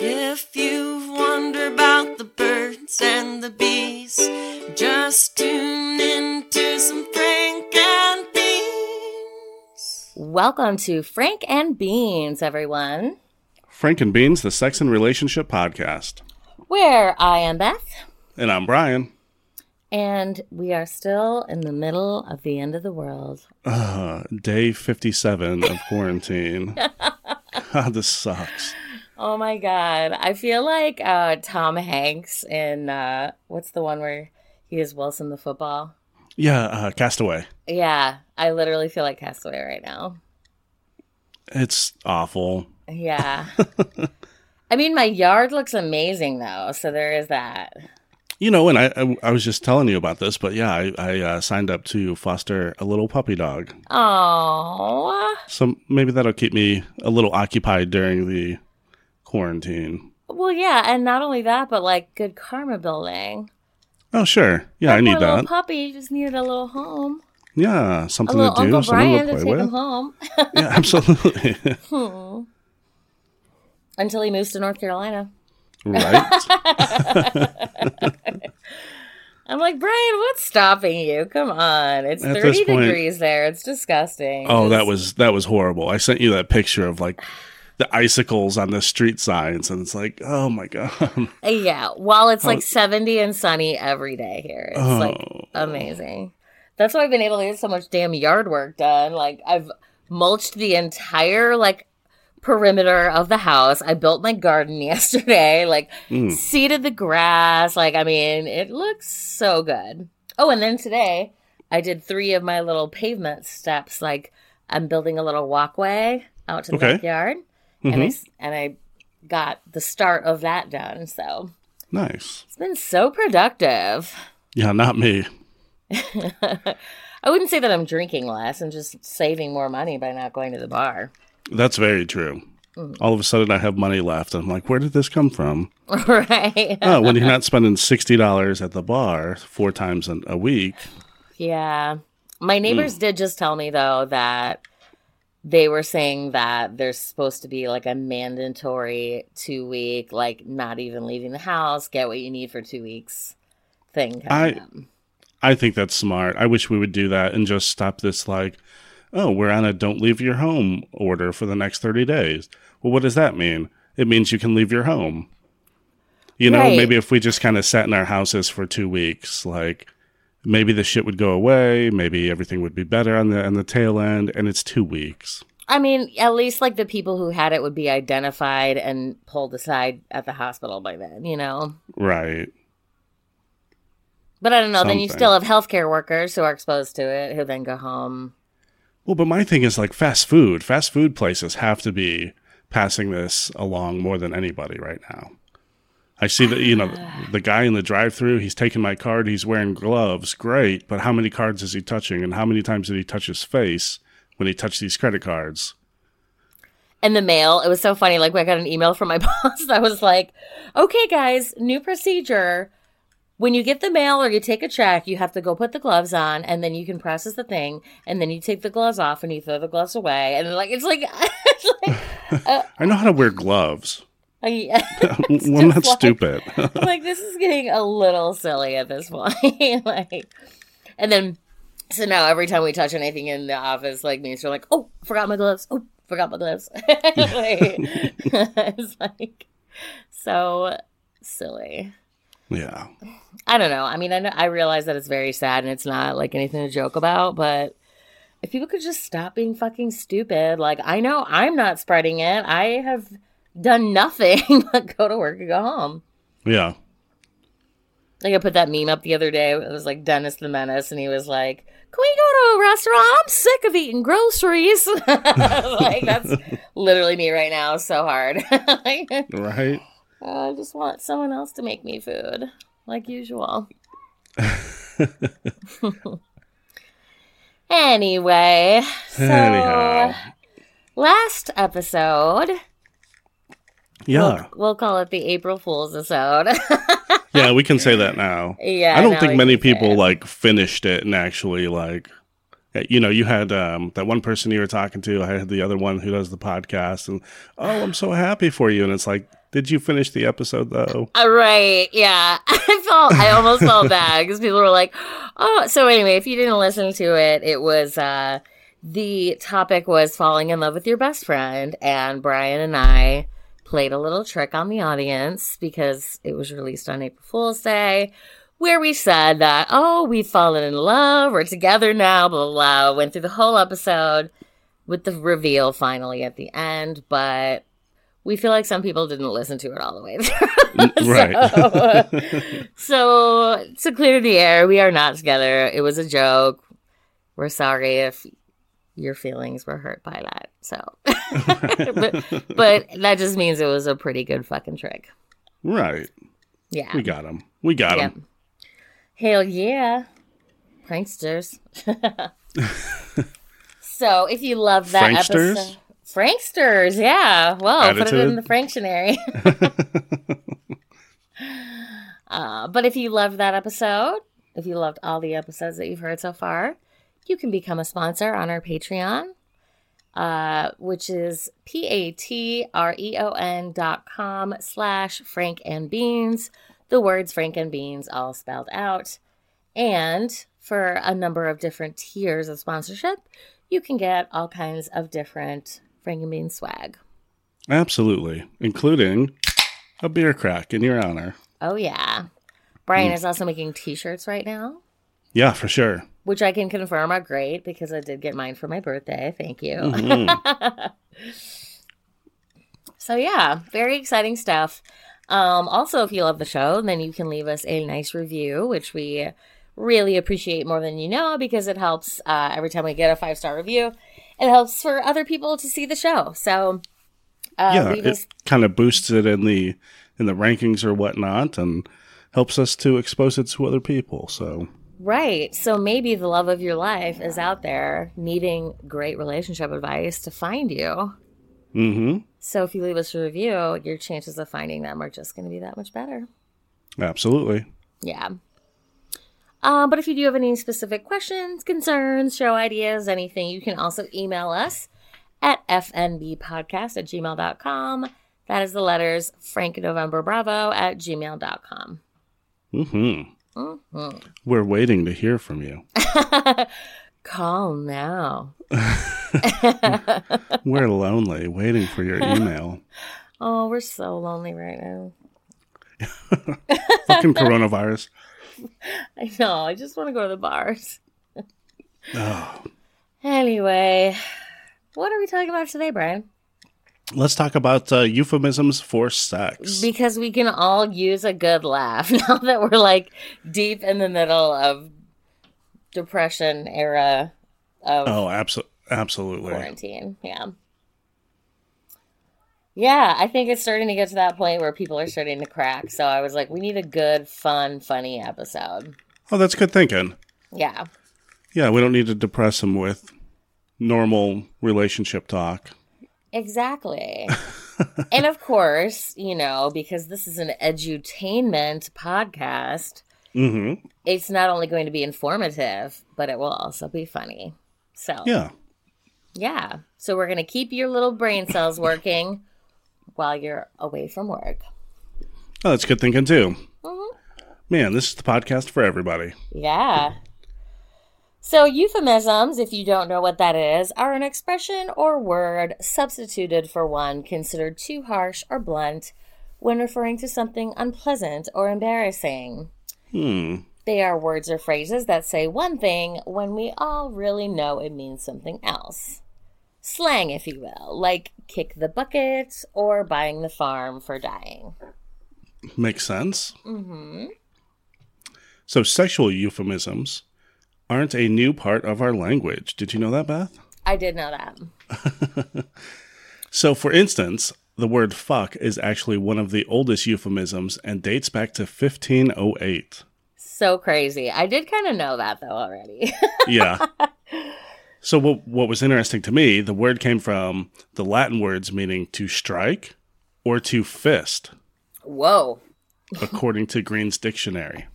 If you've wondered about the birds and the bees, just tune in to some Frank and Beans. Welcome to Frank and Beans, everyone, Frank and Beans, the Sex and Relationship Podcast. where I am Beth, And I'm Brian. and we are still in the middle of the end of the world. Uh, day 57 of quarantine. God, this sucks. Oh my God. I feel like uh, Tom Hanks in uh, what's the one where he is Wilson the football? Yeah, uh, Castaway. Yeah, I literally feel like Castaway right now. It's awful. Yeah. I mean, my yard looks amazing though, so there is that. You know, and I, I, I was just telling you about this, but yeah, I, I uh, signed up to foster a little puppy dog. Oh, So maybe that'll keep me a little occupied during the quarantine. well, yeah, and not only that, but like good karma building. Oh, sure. Yeah, I Poor need little that. puppy you just needed a little home, Yeah, a something to little do, Uncle something Brian to, to take him play with. home Yeah, absolutely. until he moves to North Carolina. right? I'm like Brian, what's stopping you? Come on, it's At 30 this point- degrees there. It's disgusting. Oh, that Just- was that was horrible. I sent you that picture of like the icicles on the street signs, and it's like, oh my god, uh, yeah. While it's like 70 and sunny every day here, it's like Oh. amazing. That's why I've been able to get so much damn yard work done. Like I've mulched the entire like perimeter of the house. I built my garden yesterday. Like Mm. seeded the grass. Like, I mean, it looks so good. Oh, and then today I did three of my little pavement steps. Like, I'm building a little walkway out to the Okay. backyard, and I s- and I got the start of that done. So nice. it's been so productive. Yeah, not me. I wouldn't say that I'm drinking less. I'm just saving more money by not going to the bar. That's very true. All of a sudden, I have money left. I'm like, where did this come from? right? Oh, when you're not spending sixty dollars at the bar four times an- a week. Yeah. My Hmm. neighbors did just tell me though that they were saying that there's supposed to be like a mandatory two week, like not even leaving the house, get what you need for two weeks thing. coming I- up. I think that's smart. I wish we would do that and just stop this like, oh, we're on a don't leave your home order for the next 30 days. Well, what does that mean? It means you can leave your home. You know, Right. maybe if we just kind of sat in our houses for 2 weeks, like maybe the shit would go away, maybe everything would be better on the on the tail end and it's 2 weeks. I mean, at least like the people who had it would be identified and pulled aside at the hospital by then, you know? Right. But I don't know. Then you Something. still have healthcare workers who are exposed to it who then go home. Well, but my thing is like fast food. Fast food places have to be passing this along more than anybody right now. I see that you know the guy in the drive-through. He's taking my card. He's wearing gloves. Great, but how many cards is he touching? And how many times did he touch his face when he touched these credit cards? and the mail. It was so funny. Like, I got an email from my boss that was like, okay, guys, new procedure. When you get the mail or you take a check, you have to go put the gloves on and then you can process the thing. And then you take the gloves off and you throw the gloves away. And like, it's like, it's like I know how to wear gloves. I- well, I'm not just like- stupid. I'm like, this is getting a little silly at this point. like, and then, so now every time we touch anything in the office, like, me, are like, oh, forgot my gloves. Oh, forgot my gloves. like, it's like so silly. yeah, I don't know. I mean, I know, I realize that it's very sad and it's not like anything to joke about, but if people could just stop being fucking stupid, like, I know I'm not spreading it. I have done nothing but go to work and go home. yeah. Like I put that meme up the other day. It was like Dennis the Menace, and he was like, "Can we go to a restaurant? I'm sick of eating groceries." like that's literally me right now. So hard. Like, Right. oh, I just want someone else to make me food, like usual. anyway, so Anyhow. last episode, Yeah. we'll call it the April Fool's episode. Yeah. We can say that now. yeah, I don't now think we many can say people it. like finished it and actually like you know you had um, that one person you were talking to I had the other one who does the podcast and oh I'm so happy for you and it's like Did you finish the episode though? Uh, right. Yeah. I felt I almost felt bad because people were like, "Oh." So anyway, if you didn't listen to it, it was uh, the topic was falling in love with your best friend, and Brian and I played a little trick on the audience because it was released on April Fool's Day. Where we said that, oh, we've fallen in love, we're together now, blah, blah, blah. Went through the whole episode with the reveal finally at the end, but we feel like some people didn't listen to it all the way through. Right. so, so to clear the air, we are not together. It was a joke. We're sorry if your feelings were hurt by that. So, but, but that just means it was a pretty good fucking trick. Right. Yeah. We got him. We got Yeah. him. Hell yeah. Pranksters. so if you love that Franksters? episode. Franksters, yeah. Well, put it in Attitude? the Franctionary. uh, but if you loved that episode, if you loved all the episodes that you've heard so far, you can become a sponsor on our Patreon, uh, which is p a t r e o n dot com slash Frank and Beans. The words Frank and Beans all spelled out, and for a number of different tiers of sponsorship, you can get all kinds of different Frank and Beans swag. Absolutely. Including a beer crack in your honor. Oh yeah, Brian Mm. is also making T-shirts right now. Yeah, for sure. which I can confirm are great because I did get mine for my birthday. Thank you. Mm-hmm. so yeah, very exciting stuff. Um, also, if you love the show, then you can leave us a nice review, which we really appreciate more than you know because it helps uh, every time we get a five star review. It helps for other people to see the show. So uh, yeah, leave it us kind of boosts it in the in the rankings or whatnot, and helps us to expose it to other people. So Right. So maybe the love of your life is out there needing great relationship advice to find you. hmm So if you leave us a review, your chances of finding them are just going to be that much better. absolutely. Yeah. Um, but if you do have any specific questions, concerns, show ideas, anything, you can also email us at fnbpodcast at gmail.com. That is the letters Frank November Bravo at gmail.com. Mm-hmm. Mm-hmm. We're waiting to hear from you. Call now. We're lonely, waiting for your email. Oh, we're so lonely right now. Fucking coronavirus. I know. I just want to go to the bars. Oh. Anyway, what are we talking about today, Brian? Let's talk about uh, euphemisms for sex. Because we can all use a good laugh now that we're like deep in the middle of depression era of oh, abso- absolutely. quarantine. Yeah. Yeah, I think it's starting to get to that point where people are starting to crack. So I was like, we need a good, fun, funny episode. Oh, that's good thinking. Yeah. Yeah, we don't need to depress them with normal relationship talk. Exactly. and of course, you know, because this is an edutainment podcast, Mm-hmm. it's not only going to be informative, but it will also be funny. So, Yeah. yeah. So, we're going to keep your little brain cells working while you're away from work. Oh, that's good thinking too. Mhm. Man, this is the podcast for everybody. Yeah. So, euphemisms, if you don't know what that is, are an expression or word substituted for one considered too harsh or blunt when referring to something unpleasant or embarrassing. Hmm. They are words or phrases that say one thing when we all really know it means something else. Slang, if you will, like kick the bucket or buying the farm for dying. Makes sense. hmm So, sexual euphemisms aren't a new part of our language. Did you know that, Beth? I did know that. So, for instance, the word fuck is actually one of the oldest euphemisms and dates back to 1508. So crazy. I did kind of know that though already. Yeah. so, what, what was interesting to me, the word came from the Latin words meaning to strike or to fist. Whoa. according to Green's dictionary.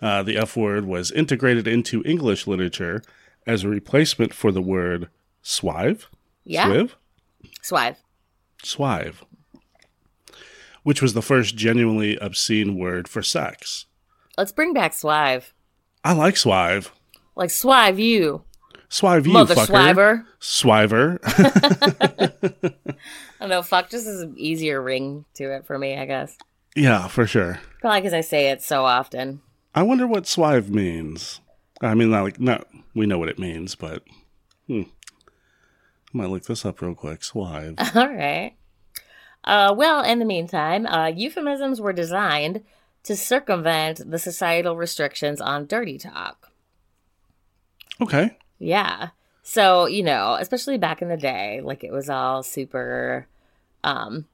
Uh, the F word was integrated into English literature as a replacement for the word swive. Yeah. Swive? Swive. Swive. which was the first genuinely obscene word for sex. Let's bring back swive. I like swive. Like swive you, Swive you, mother fucker. swiver. Swiver. I don't know. Fuck just is an easier ring to it for me, I guess. yeah, for sure. Probably because I say it so often. I wonder what swive means. I mean, not like, not, we know what it means, but hmm. I might look this up real quick. Swive. All right. Uh, well, in the meantime, uh, euphemisms were designed to circumvent the societal restrictions on dirty talk. Okay. Yeah. So, you know, especially back in the day, like it was all super um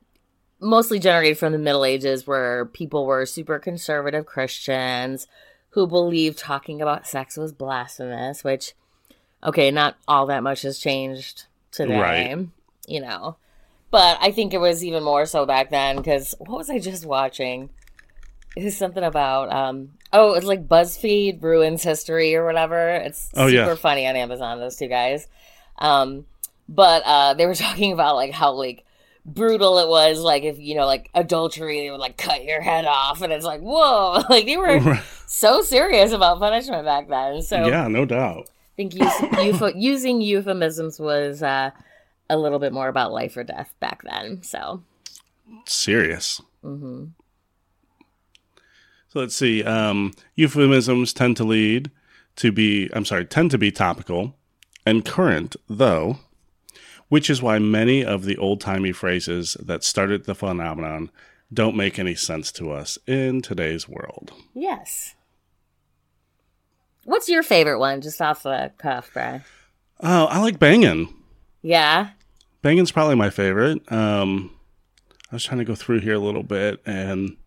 mostly generated from the Middle Ages where people were super conservative Christians who believed talking about sex was blasphemous, which okay, not all that much has changed today. Right. You know. But I think it was even more so back then cuz what was I just watching? It was something about um oh, it's like BuzzFeed ruins history or whatever. It's Oh, super yeah. funny on Amazon those two guys. Um but uh they were talking about like how like brutal it was like if you know like adultery they would like cut your head off and it's like whoa like they were so serious about punishment back then so Mm-hmm. Yeah, no doubt. i think use, euph- using euphemisms was uh a little bit more about life or death back then so Serious. hmm So let's see. Um, euphemisms tend to lead to be, I'm sorry, tend to be topical and current, though, which is why many of the old timey phrases that started the phenomenon don't make any sense to us in today's world. yes what's your favorite one just off the cuff Brian? Oh, I like banging. yeah Banging's probably my favorite. Um, I was trying to go through here a little bit and.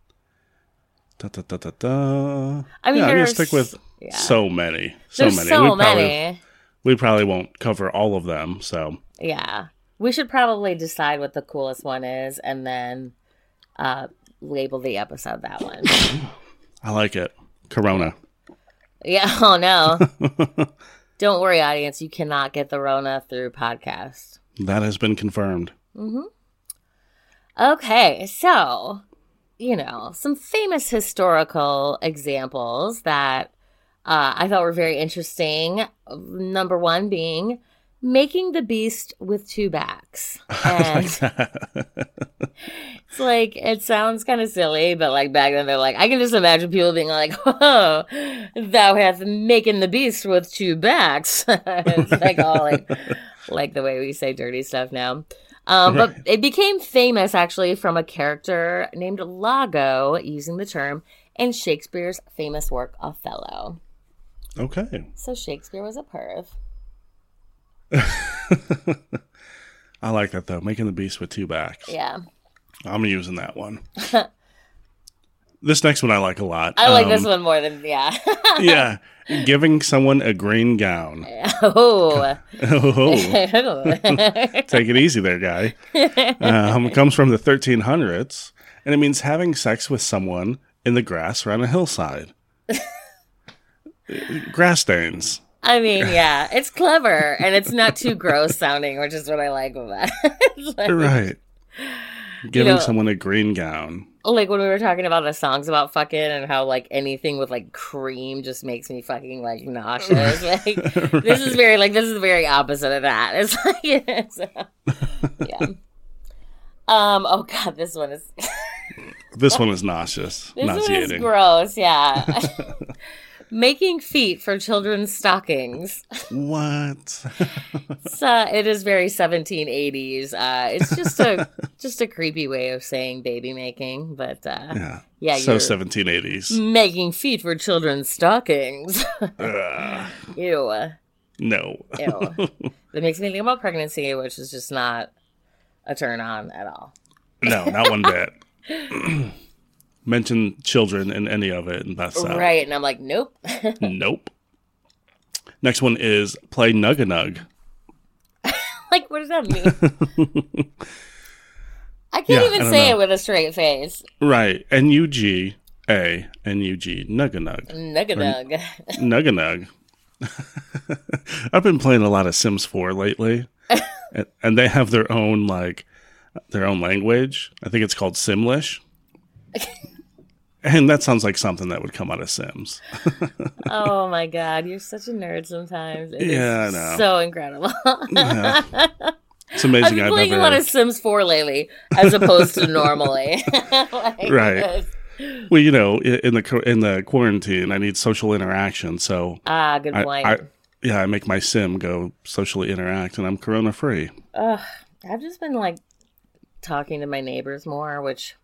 Da, da, da, da, da. I mean, yeah, I'm gonna there's- stick with yeah. so many, so there's many. so We probably- many we probably won't cover all of them. So Yeah. We should probably decide what the coolest one is and then uh label the episode that one. I like it. Corona. yeah, oh no. Don't worry, audience, you cannot get the Rona through podcast. That has been confirmed. Okay, so you know, some famous historical examples that uh, I thought were very interesting. Number one being making the beast with two backs. I And like that. It's like it sounds kind of silly, but like back then they're like, I can just imagine people being like, "Oh, thou hast making the beast with two backs." it's like all like like the way we say dirty stuff now. Um, but it became famous actually from a character named Lago using the term in Shakespeare's famous work Othello. okay. So Shakespeare was a perv. I like that though. Making the beast with two backs. Yeah, I'm using that one. this next one I like a lot. I like Um, this one more than yeah. yeah. Giving someone a green gown. oh. Oh, take it easy there, guy. Um, it comes from the 1300s, and it means having sex with someone in the grass or on a hillside. grass stains. I mean, yeah, it's clever and it's not too gross sounding, which is what I like about it. like, right. Giving know- someone a green gown. like when we were talking about the songs about fucking and how like anything with like cream just makes me fucking like nauseous. Like this is very like this is the very opposite of that. It's like it's, yeah. Um. Oh God, this one is This one is nauseous, this one is nauseating. gross. Yeah. Making feet for children's stockings. what? it's, uh, it is very 1780s. Uh, it's just a just a creepy way of saying baby making, but uh, yeah. yeah, so you're 1780s. making feet for children's stockings. Ugh, ew, no. ew. that makes me think about pregnancy, which is just not a turn on at all. No, not one bit. Mention children in any of it, and that's out. Right, and I'm like, nope. Nope. Next one is play Nugga Nug. like, what does that mean? I can't Yeah, I even don't say know. it with a straight face. Right. N U G A N U G Nugga Nug. Nugga nug. Nugga Nug. I've been playing a lot of Sims 4 lately, and, and they have their own like their own language. I think it's called Simlish. And that sounds like something that would come out of Sims. oh my god, you're such a nerd sometimes. It is Yeah, I know. so incredible. Yeah. It's I've amazing. been I've playing never. a lot of Sims 4 lately, as opposed to normally. Like, Right. well, you know, i- in the qu- in the quarantine, I need social interaction, so Ah, good I, point. I yeah, I make my sim go socially interact, and I'm corona free. Ugh, I've just been like talking to my neighbors more, which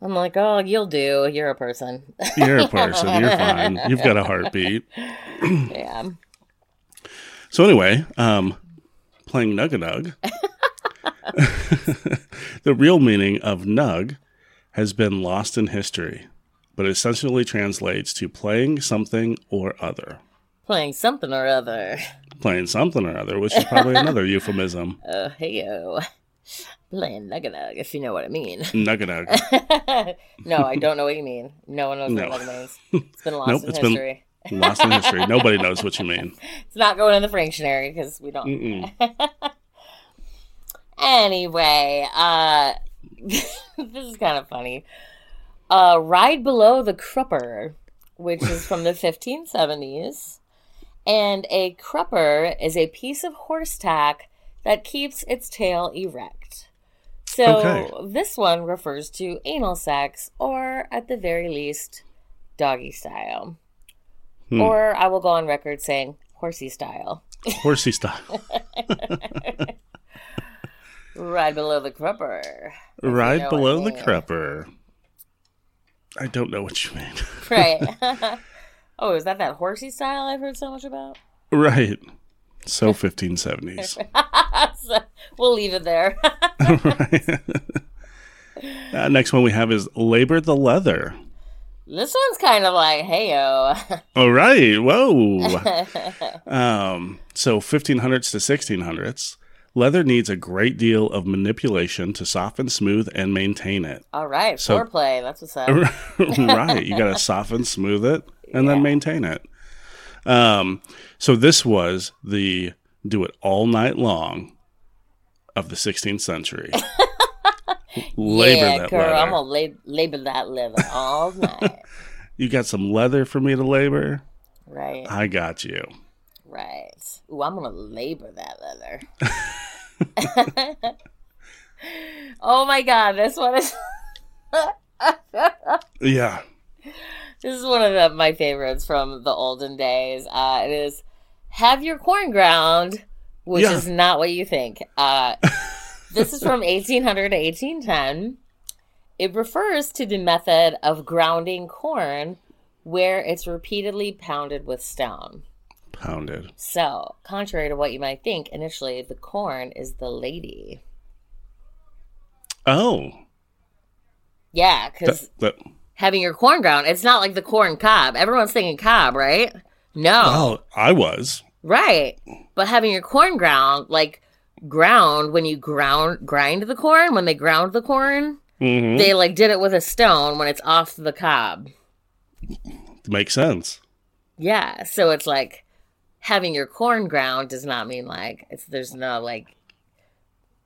I'm like, oh, you'll do. You're a person. You're a person. You're fine. You've got a heartbeat. yeah. So anyway, um, playing Nuganug. the real meaning of Nug has been lost in history, but essentially translates to playing something or other. Playing something or other. Playing something or other, which is probably another euphemism. Oh, hey, yo. Playing Nugga Nug, if you know what I mean. Nuganug. no, I don't know what you mean. No one knows No. what Nugga means. It's been lost Nope, in it's been- history. Lost in history. Nobody knows what you mean. It's not going in the Frictionary because we don't. Mm-mm. Anyway, uh, this is kind of funny. Uh, Ride Below the Crupper, which is from the 1570s. And a crupper is a piece of horse tack that keeps its tail erect. So Okay. this one refers to anal sex, or at the very least, doggy style. Hmm. Or I will go on record saying horsey style. Horsey style. Ride below the crupper. Right know below the anything. crupper. I don't know what you mean. Right. oh, is that that horsey style I've heard so much about? Right. So 1570s. So, we'll leave it there. Right. uh, next one we have is Labor the Leather. this one's kind of like, hey, yo. All right. Whoa. um, so 1500s to 1600s. Leather needs a great deal of manipulation to soften, smooth, and maintain it. All right, So- foreplay. That's what's up. right. You got to soften, smooth it, and then maintain it. Um, so this was the do it all night long of the 16th century. Labor yeah, that girl, leather. I'm gonna lab- labor that leather all night. You got some leather for me to labor? right, I got you. right. Ooh, I'm gonna labor that leather. oh my god, this one is Yeah. This is one of the, my favorites from the olden days. Uh, it is have your corn ground, which Yeah. is not what you think. Uh, this is from 1800 to 1810. It refers to the method of grounding corn where it's repeatedly pounded with stone. Pounded. So, contrary to what you might think, initially the corn is the lady. Oh. Yeah, because That, that, having your corn ground, it's not like the corn cob. Everyone's thinking cob, right? No. oh, I was. Right. But having your corn ground, like ground when you ground grind the corn, when they ground the corn, Mm-hmm. they like did it with a stone when it's off the cob. Makes sense. Yeah. So it's like having your corn ground does not mean like it's there's no like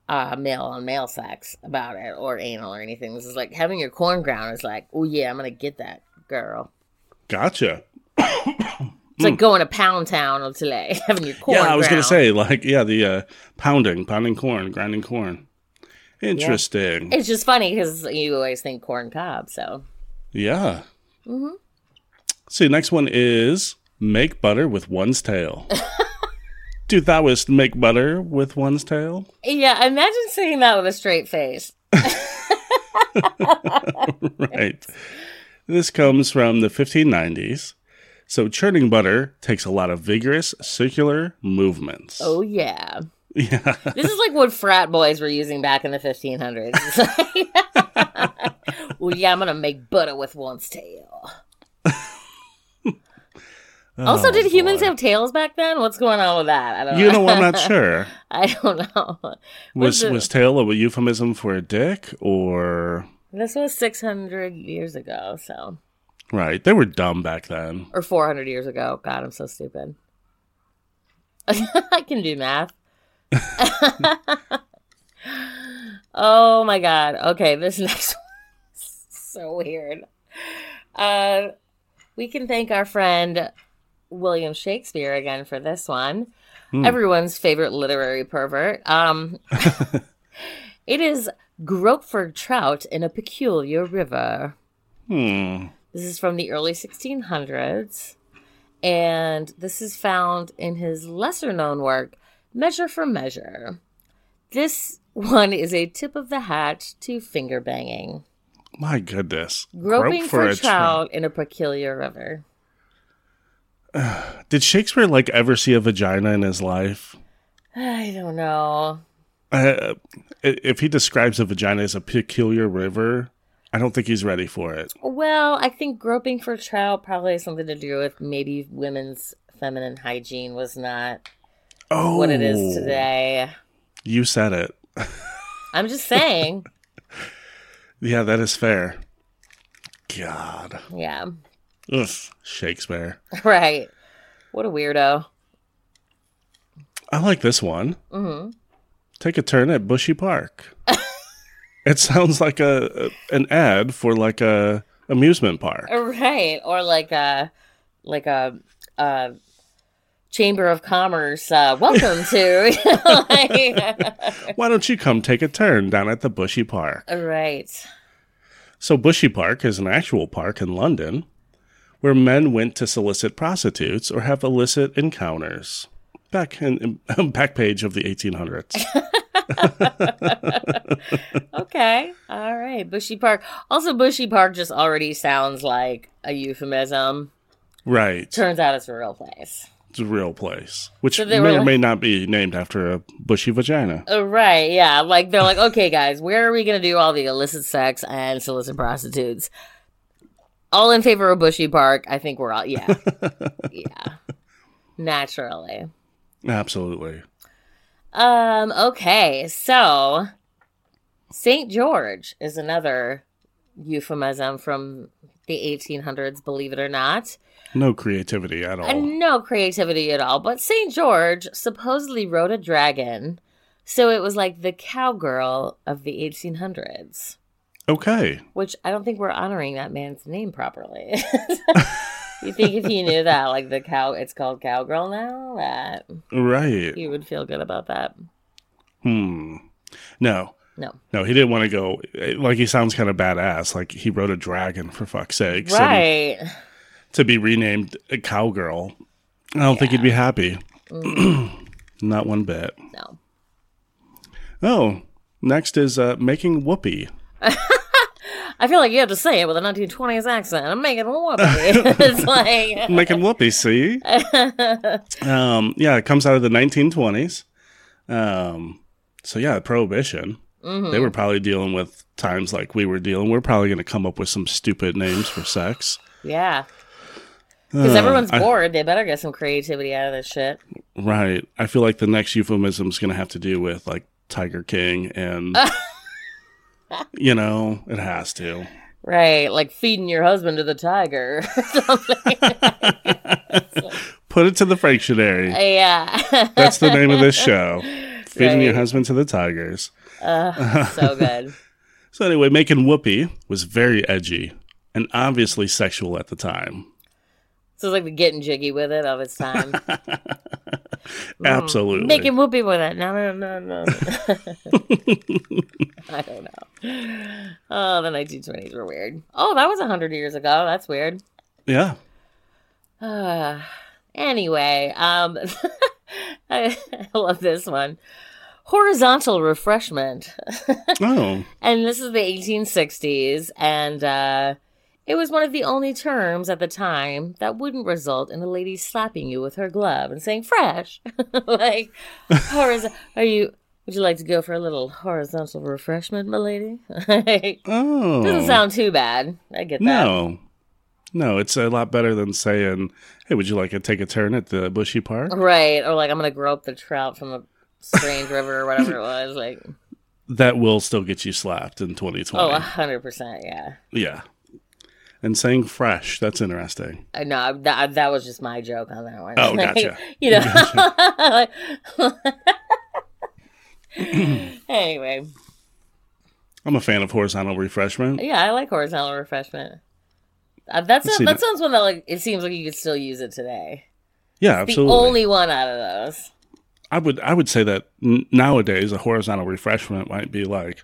uh male on male sex about it or anal or anything. This is like having your corn ground is like, oh yeah, I'm gonna get that girl. Gotcha. It's like going to Pound Town on today, having your corn. Hmm. yeah, I was going ground. to say, like, yeah, the uh, pounding, pounding corn, grinding corn. Interesting. It's just funny because you always think corn cob, so Yeah. Mm-hmm. See, next one is make butter with one's tail. Dude, that was make butter with one's tail. yeah. Imagine saying that with a straight face. Right. This comes from the 1590s. So churning butter takes a lot of vigorous circular movements. Oh yeah, yeah. this is like what frat boys were using back in the 1500s. It's like- well, yeah, I'm gonna make butter with one's tail. also, Oh, did humans boy. have tails back then? What's going on with that? I don't You know, I'm not sure. I don't know. Was Was it- was tail a euphemism for a dick or This was 600 years ago, so right? They were dumb back then. or 400 years ago. God, I'm so stupid. I can do math. oh my god. Okay, this next one is so weird. Uh, we can thank our friend William Shakespeare again for this one. Hmm. Everyone's favorite literary pervert. Um, it is Grokeford trout in a peculiar river. Hmm. This is from the early 1600s, and this is found in his lesser known work, Measure for Measure. This one is a tip of the hat to finger banging, My goodness. groping Grope for, a trout, in a peculiar river. trout. Did Shakespeare like ever see a vagina in his life? I don't know. Uh, i- if he describes a vagina as a peculiar river, I don't think he's ready for it. Well, I think groping for trout probably has something to do with maybe women's feminine hygiene was not Oh, what it is today. You said it. I'm just saying. Yeah, that is fair. God. yeah. Ugh. Shakespeare. Right. What a weirdo. I like this one. hmm Take a turn at Bushy Park. it sounds like a an ad for like a amusement park. Uh, Right. Or like a like a uh chamber of commerce uh welcome to Why don't you come take a turn down at the Bushy Park? like, right. So Bushy Park is an actual park in London where men went to solicit prostitutes or have illicit encounters. Back in, in back page of the 1800s. Okay. All right. Bushy Park. Also Bushy Park just already sounds like a euphemism. right. Turns out it's a real place. It's a real place, which So they may were or like- may not be named after a bushy vagina. Uh, Right, yeah. Like they're like, okay, guys, where are we gonna do all the illicit sex and solicit prostitutes? All in favor of Bushy Park? I think we're all yeah, yeah. Naturally. Absolutely. Um. Okay. So, Saint George is another euphemism from the 1800s. Believe it or not. No creativity at all. And no creativity at all. But St. George supposedly rode a dragon. So it was like the cowgirl of the 1800s, Okay. which I don't think we're honoring that man's name properly. you think if he knew that, like the cow, it's called cowgirl now, that Right. he would feel good about that? Hmm. No. No. No, he didn't want to go. Like, he sounds kind of badass. Like, he rode a dragon, for fuck's sake. Right. To be renamed a cowgirl, I don't think he'd be happy. Not one bit. No. Oh, next is uh, making whoopee. I feel like you have to say it with a 1920s accent. I'm making a whoopee. it's like, Making whoopee, see? um, yeah, it comes out of the 1920s. Um, so, yeah, Prohibition. mm-hmm. They were probably dealing with times like we were dealing. We're probably going to come up with some stupid names for sex. yeah. Because Uh, everyone's I- bored. They better get some creativity out of this shit. Right. I feel like the next euphemism is going to have to do with like Tiger King and, you know, it has to. Right, like feeding your husband to the tiger. Put it to the Fractionary. yeah. That's the name of this show. Feeding your Right. husband to the tigers. Ugh, so good. So anyway, making whoopee was very edgy and obviously sexual at the time. So it's like the getting jiggy with it of its time. Mm. Mm-hmm. Absolutely. Making whoopee with it. No, no, no, no. I don't know. Oh, the 1920s were weird. Oh, that was 100 years ago. That's weird. yeah. Uh, anyway, um, I, I love this one. Horizontal refreshment. Oh, And this is the 1860s, and uh, it was one of the only terms at the time that wouldn't result in a lady slapping you with her glove and saying "fresh." like, horiz- are you? Would you like to go for a little horizontal refreshment, my lady? Doesn't oh. sound too bad. I get that. no, no. It's a lot better than saying, "Hey, would you like to take a turn at the bushy park?" Uh-huh. Right? Or like, I'm gonna grope the trout from a strange river or whatever it was. Like, That will still get you slapped in 2020. oh, hundred percent, yeah. yeah. And saying fresh, that's interesting. Uh, No, I- that, that was just my joke on that one. Oh, gotcha. you know. anyway, I'm a fan of horizontal refreshment. Yeah, I like horizontal refreshment. Uh, that's Let's a, see that that. sounds one that like it seems like you could still use it today. Yeah, It's absolutely. The only one out of those. I would I would say that n- nowadays a horizontal refreshment might be like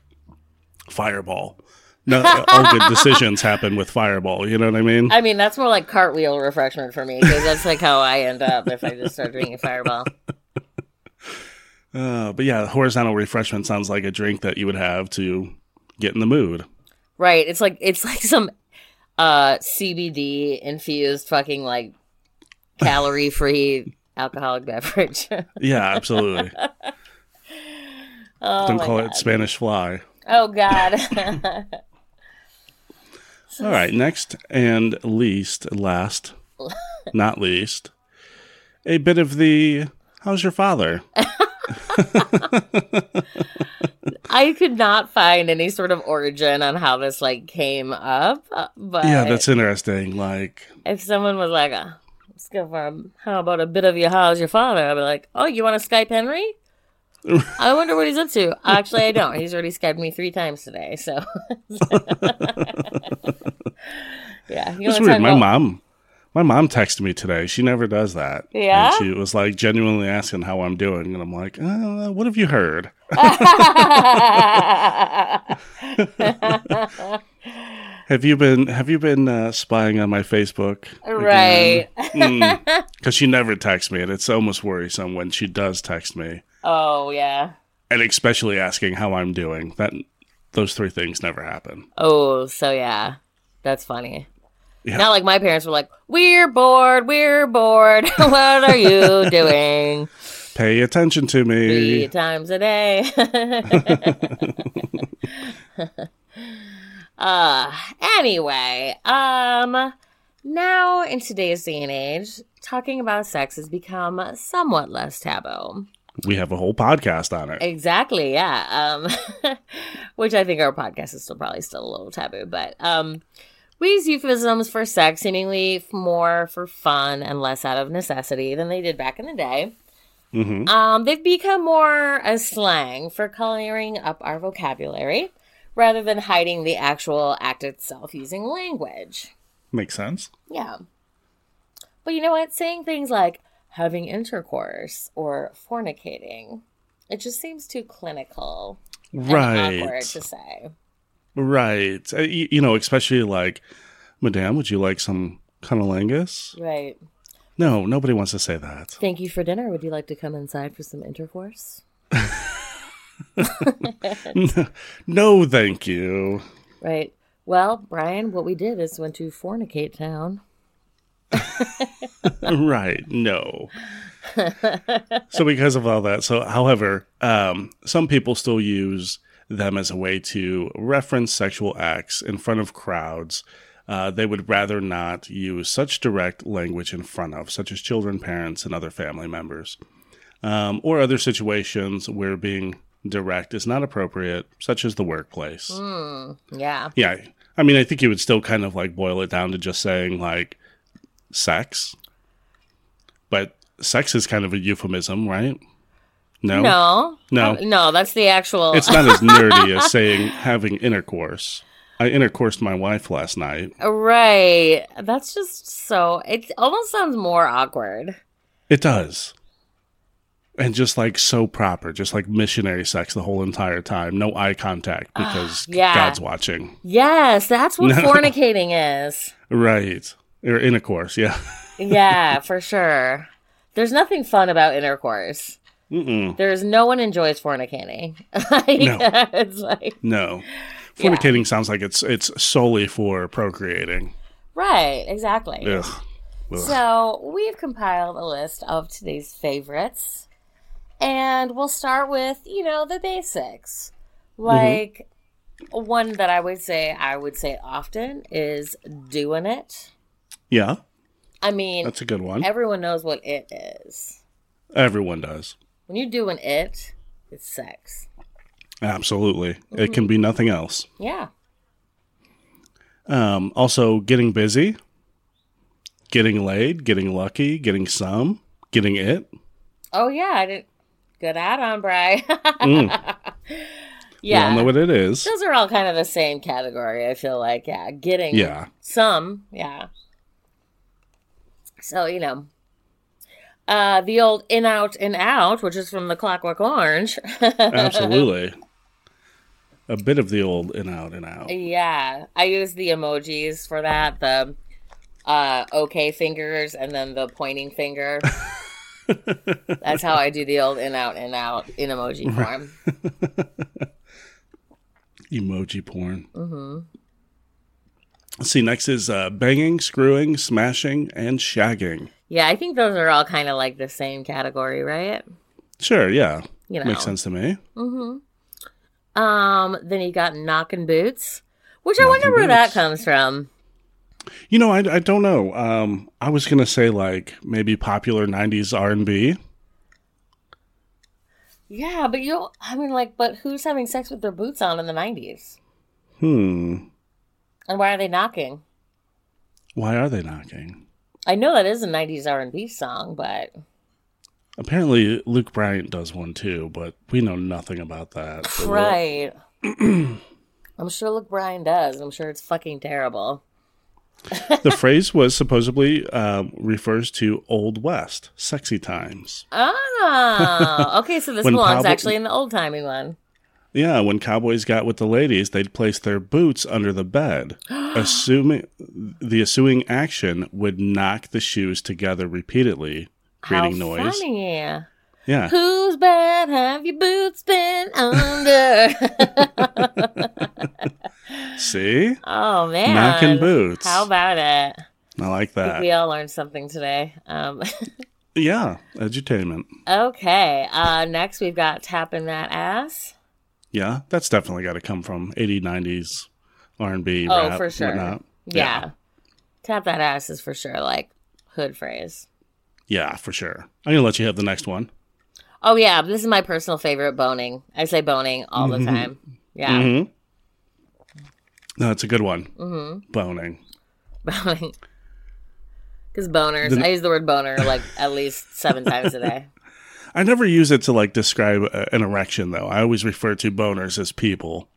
fireball. No, all good decisions happen with fireball. You know what I mean? I mean, that's more like cartwheel refreshment for me because that's like how I end up if I just start drinking Fireball. Uh, but yeah, horizontal refreshment sounds like a drink that you would have to get in the mood. Right? It's like it's like some uh CBD infused fucking like calorie free alcoholic beverage. Yeah, absolutely. oh, Don't my call God. it Spanish fly. Oh God. All right, next and least, last, not least, a bit of the how's your father? I could not find any sort of origin on how this like came up, uh, but Yeah, that's interesting. Like, if someone was like, uh, "Let's go for a, how about a bit of your how's your father?" I'd be like, "Oh, you want to Skype Henry?" I wonder what he's up to. Actually, I don't. He's already Skyped me three times today, so yeah. You It's wanna weird. talk My about- mom, my mom texted me today. She never does that. And Yeah? she was like genuinely asking how I'm doing, and I'm like, uh, what have you heard? Have you been Have you been uh, spying on my Facebook? right? Because she never texts me, and it's almost worrisome when she does text me, Oh yeah. and especially asking how I'm doing. That those three things never happen. Oh, so yeah, that's funny. Yeah. Not like my parents were like, "We're bored. We're bored. what are you doing Pay attention to three me. times a day?" uh, anyway, um, now in today's day and age, talking about sex has become somewhat less taboo. We have a whole podcast on it. Exactly, yeah. Um, which I think our podcast is still probably still a little taboo, but um, we use euphemisms for sex seemingly f- more for fun and less out of necessity than they did back in the day. hmm Um, they've become more a slang for coloring up our vocabulary rather than hiding the actual act itself using language. Makes sense. Yeah. But you know what? Saying things like having intercourse or fornicating, it just seems too clinical and awkward Right. to say. Right. Uh, You, you know, especially like, Madame, would you like some cunnilingus? Right. No, nobody wants to say that. Thank you for dinner. Would you like to come inside for some intercourse? No, thank you. Right. Well, Brian, what we did is went to fornicate town. right. No. so because of all that, so however, um, some people still use them as a way to reference sexual acts in front of crowds. Uh, they would rather not use such direct language in front of, such as children, parents, and other family members, um, or other situations where being direct is not appropriate, such as the workplace. Yeah. Yeah. I mean, I think you would still kind of like boil it down to just saying like sex. But sex is kind of a euphemism, right? No. No. No. Uh, no, that's the actual. It's not as nerdy as saying having intercourse. I intercoursed my wife last night. right. That's just so. It almost sounds more awkward. It does. And just like so proper, just like missionary sex the whole entire time. No eye contact because yeah. God's watching. Yes, that's what fornicating is. Right. Or intercourse, yeah. Yeah, for sure. There's nothing fun about intercourse. Mm-mm. There's no one enjoys fornicating. like, No. It's like No. Fornicating sounds like it's it's solely for procreating. right, exactly. Ugh. Ugh. So we've compiled a list of today's favorites, and we'll start with you know the basics. Mm-hmm. Like one that I would say I would say often is doing it. Yeah, I mean, that's a good one. everyone knows what it is. Everyone does. When you're doing it, it's sex. Absolutely. It Mm-hmm. can be nothing else. Yeah. Um, also, getting busy, getting laid, getting lucky, getting some, getting it. Mm-hmm. Oh yeah, I didn't. Good add on, Bry. Yeah. We Mm, all know what it is. Those are all kind of the same category, I feel like. Yeah, getting Yeah. some, yeah. So, you know, uh the old in out in out, which is from the Clockwork Orange. Absolutely. A bit of the old in out and out. yeah, I use the emojis for that, the uh okay fingers and then the pointing finger. That's how I do the old in out in out in emoji form. Emoji porn. Mm-hmm. Let's see, next is uh, banging, screwing, smashing, and shagging. Yeah, I think those are all kind of like the same category, right? Sure, yeah. You know. Makes sense to me. Um, then you got knockin' boots, which I Knockin' wonder where that Boots. comes from. You know, I, I don't know. Um, I was going to say like maybe popular 90s R&B. Yeah, but you, I mean, like, but who's having sex with their boots on in the nineties, Hmm. and why are they knocking? Why are they knocking? I know that is a nineties R and B song, but Apparently, Luke Bryant does one too, but we know nothing about that. So we'll- right. I'm sure Luke Bryan does. I'm sure it's fucking terrible. the phrase was supposedly um, refers to Old West, sexy times. Oh, okay. So this When belongs Pablo- actually in the old timey one. Yeah, when cowboys got with the ladies, they'd place their boots under the bed, assuming the ensuing action would knock the shoes together repeatedly, creating How noise. funny. Yeah, Whose bed have your boots been under? see, Oh man, Knocking boots. How about it? I like I think we that. all learned something today. Um, Yeah, edutainment. okay, uh, next we've got tapping that ass. Yeah, that's definitely got to come from 80s, 90s R&B. Oh, rap, for sure. whatnot. Yeah. tap that ass is for sure like hood phrase. yeah, for sure. I'm gonna let you have the next one. Oh yeah, this is my personal favorite. Boning. I say boning all the time. Yeah, Mm-hmm. No, it's a good one. Boning. mm-hmm. boning. Because boners, The- I use the word boner like at least seven times a day. I never use it to like describe a, an erection though. I always refer to boners as people.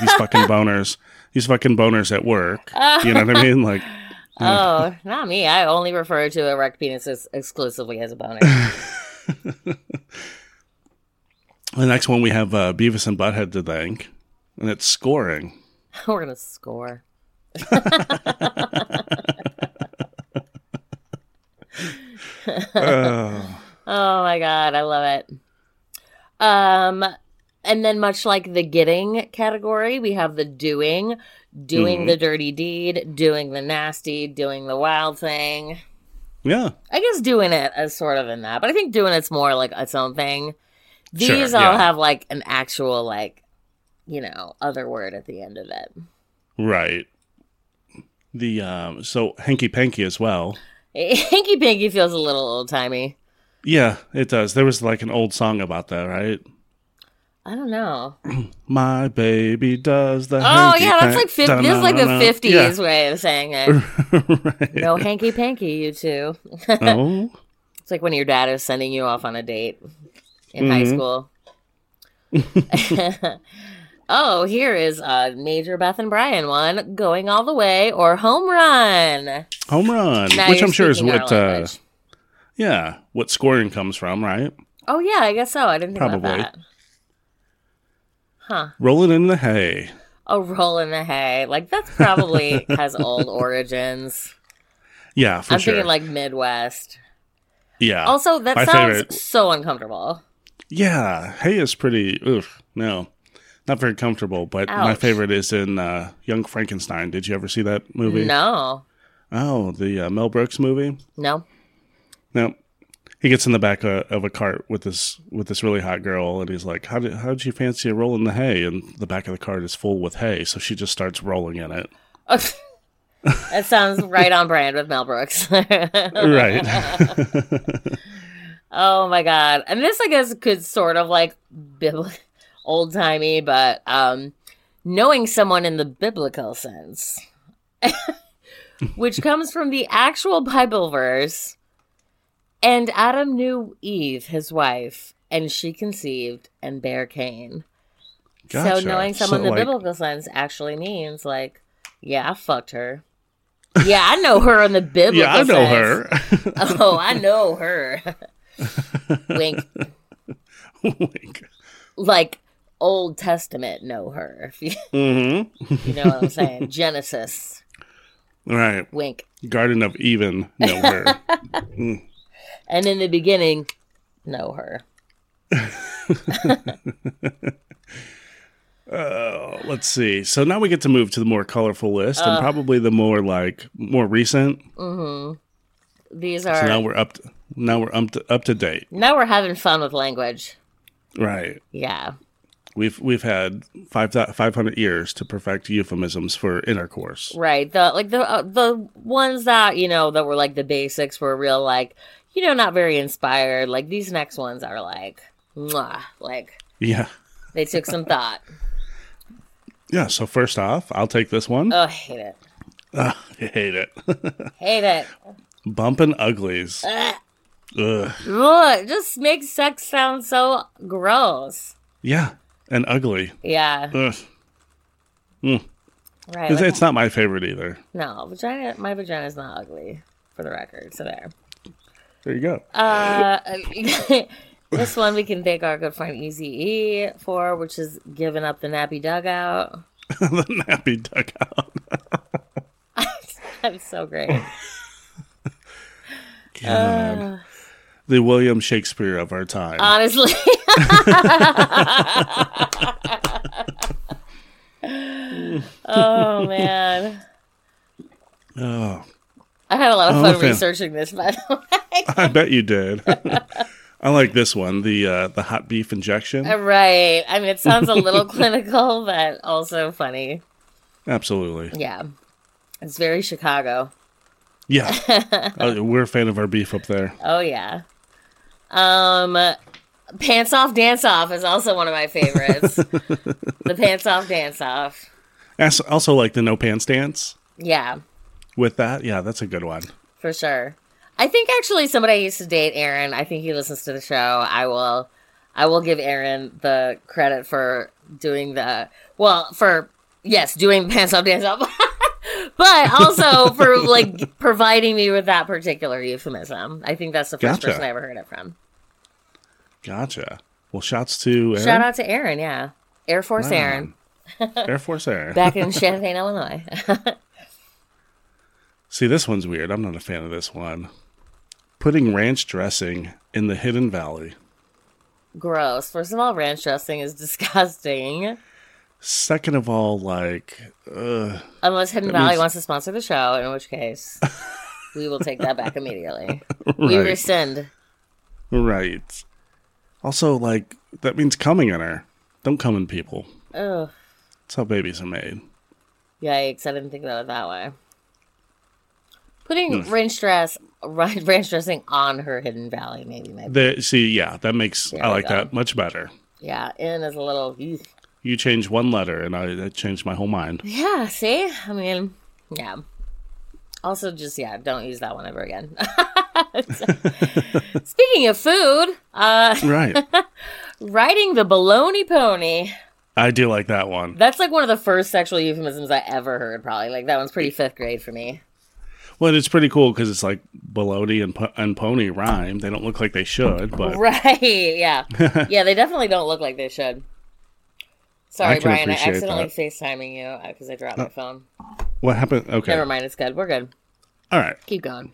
these fucking boners, these fucking boners at work. You know what I mean? Like, Oh, not me. I only refer to erect penises exclusively as a boner. the next one we have uh, Beavis and Butthead to thank, and it's scoring. We're gonna score. Oh, Oh my god, I love it. Um and then much like the getting category, we have the doing, Mm-hmm. doing the dirty deed, doing the nasty, doing the wild thing. yeah, I guess doing it is sort of in that, but I think doing it's more like its own thing. These Sure, all yeah. have like an actual like you know, other word at the end of it. right. The um, so hanky panky as well. Hanky Panky feels a little old timey. Yeah, it does. There was like an old song about that, right? I don't know. My baby does the. Oh yeah, that's like 50, this is like the fifties way of saying it. right. No hanky panky, you two. Oh, It's like when your dad is sending you off on a date in high Mm-hmm. school. oh, here is a major Beth and Brian one going all the way or home run, home run, Now which you're I'm sure is speaking our what. Uh, language. yeah, what scoring comes from, right? Oh yeah, I guess so. I didn't think about Probably. that. Huh? Rolling in the hay. A roll in the hay, like that's probably has old origins. Yeah, for I'm sure. thinking like Midwest. yeah, Also, that my sounds favorite. so uncomfortable. yeah. Hay is pretty. Ugh, no, not very comfortable. But my Ouch. favorite is in uh, Young Frankenstein. Did you ever see that movie? No, Oh, the uh, Mel Brooks movie. no. No. He gets in the back uh, of a cart with this with this really hot girl, and he's like, "How did how did you fancy a roll in the hay?" And the back of the cart is full with hay, so she just starts rolling in it. that sounds right on brand with Mel Brooks. Right? oh my god! And this, I guess, could sort of like bibl- old timey, but um, knowing someone in the biblical sense, which comes from the actual Bible verse. And Adam knew Eve, his wife, and she conceived and bare Cain. Gotcha. So knowing someone So, the like- biblical sense actually means like, yeah, I fucked her. Yeah, I know her in the biblical Yeah, I know sense. her. Oh, I know her. Wink. Oh Wink. Like Old Testament know her. If you, Mm-hmm. you know what I'm saying. Genesis. Right. Wink. Garden of Even. No her. And in the beginning, know her. Uh, let's see. So now we get to move to the more colorful list Uh. and probably the more like more recent. Mm-hmm. These So are now now, we're up. To, now we're up to, up to date. we're having fun with language. Right. Yeah. We've we've had five five hundred years to perfect euphemisms for intercourse. Right. The like the uh, the ones that, you know, that were like the basics were real like, you know, not very inspired. Like these next ones are like mwah, like Yeah. they took some thought. Yeah. So first off, I'll take this one. Oh, hate it. Ugh, I hate it. Hate it. Bumping uglies. Ugh. Ugh, it just makes sex sound so gross. Yeah. And ugly. Yeah. Ugh. Right. like- It's, it's not my favorite either. no, vagina my vagina's not ugly, for the record. So there. There you go. Uh, this one we can thank our good friend Easy E for, which is giving up the nappy dugout. the nappy dugout. That's so great. Oh, Uh. God. the William Shakespeare of our time. Honestly. oh man. oh, I had a lot of I'm a fun fan. researching this, by the way. I bet you did. I like this one, the uh, the hot beef injection. Uh. right. I mean, it sounds a little clinical, but also funny. Absolutely. Yeah. It's very Chicago. Yeah. Uh, we're a fan of our beef up there. Oh yeah. Um Pants Off Dance Off is also one of my favorites. the Pants Off Dance Off. As- Also, like the no pants dance Yeah, with that. Yeah, that's a good one. for sure. I think actually somebody I used to date, Aaron, I think he listens to the show. I will I will give Aaron the credit for doing the well, for yes, doing Pants Off Dance Off. but also for like providing me with that particular euphemism. I think that's the first Gotcha. person I ever heard it from. Gotcha. Well, shouts to Aaron. Shout out to Aaron, yeah. Air Force Wow. Aaron. Air Force Aaron. back in Champaign, Illinois. See, this one's weird. I'm not a fan of this one. Putting ranch dressing in the Hidden Valley. Gross. First of all, ranch dressing is disgusting. Second of all, like, uh, ugh, Unless Hidden That Valley means- wants to sponsor the show, in which case we will take that back immediately. We right, rescind. right. Also, like, that means coming in her. Don't come in people. Oh, That's how babies are made. yikes! I didn't think about it that way. Putting ranch dress, ri- ranch dressing on her Hidden Valley, maybe, maybe. The, see, yeah, that makes There I we like go. that much better. Yeah, in is a little. eek. You change one letter, and I that changed my whole mind. Yeah. See, I mean, yeah. Also, just yeah, don't use that one ever again. Speaking of food, uh, Right, Riding the baloney pony. I do like that one. That's like one of the first sexual euphemisms I ever heard, probably. Like, that one's pretty fifth grade for me. Well, it's pretty cool because it's like baloney and, po- and pony rhyme. They don't look like they should, but Right. Yeah. yeah, they definitely don't look like they should. Sorry, I can Brian. I appreciate Oh, accidentally FaceTiming you because I dropped my phone. what happened? Okay, Never mind. It's good. We're good. all right. Keep going.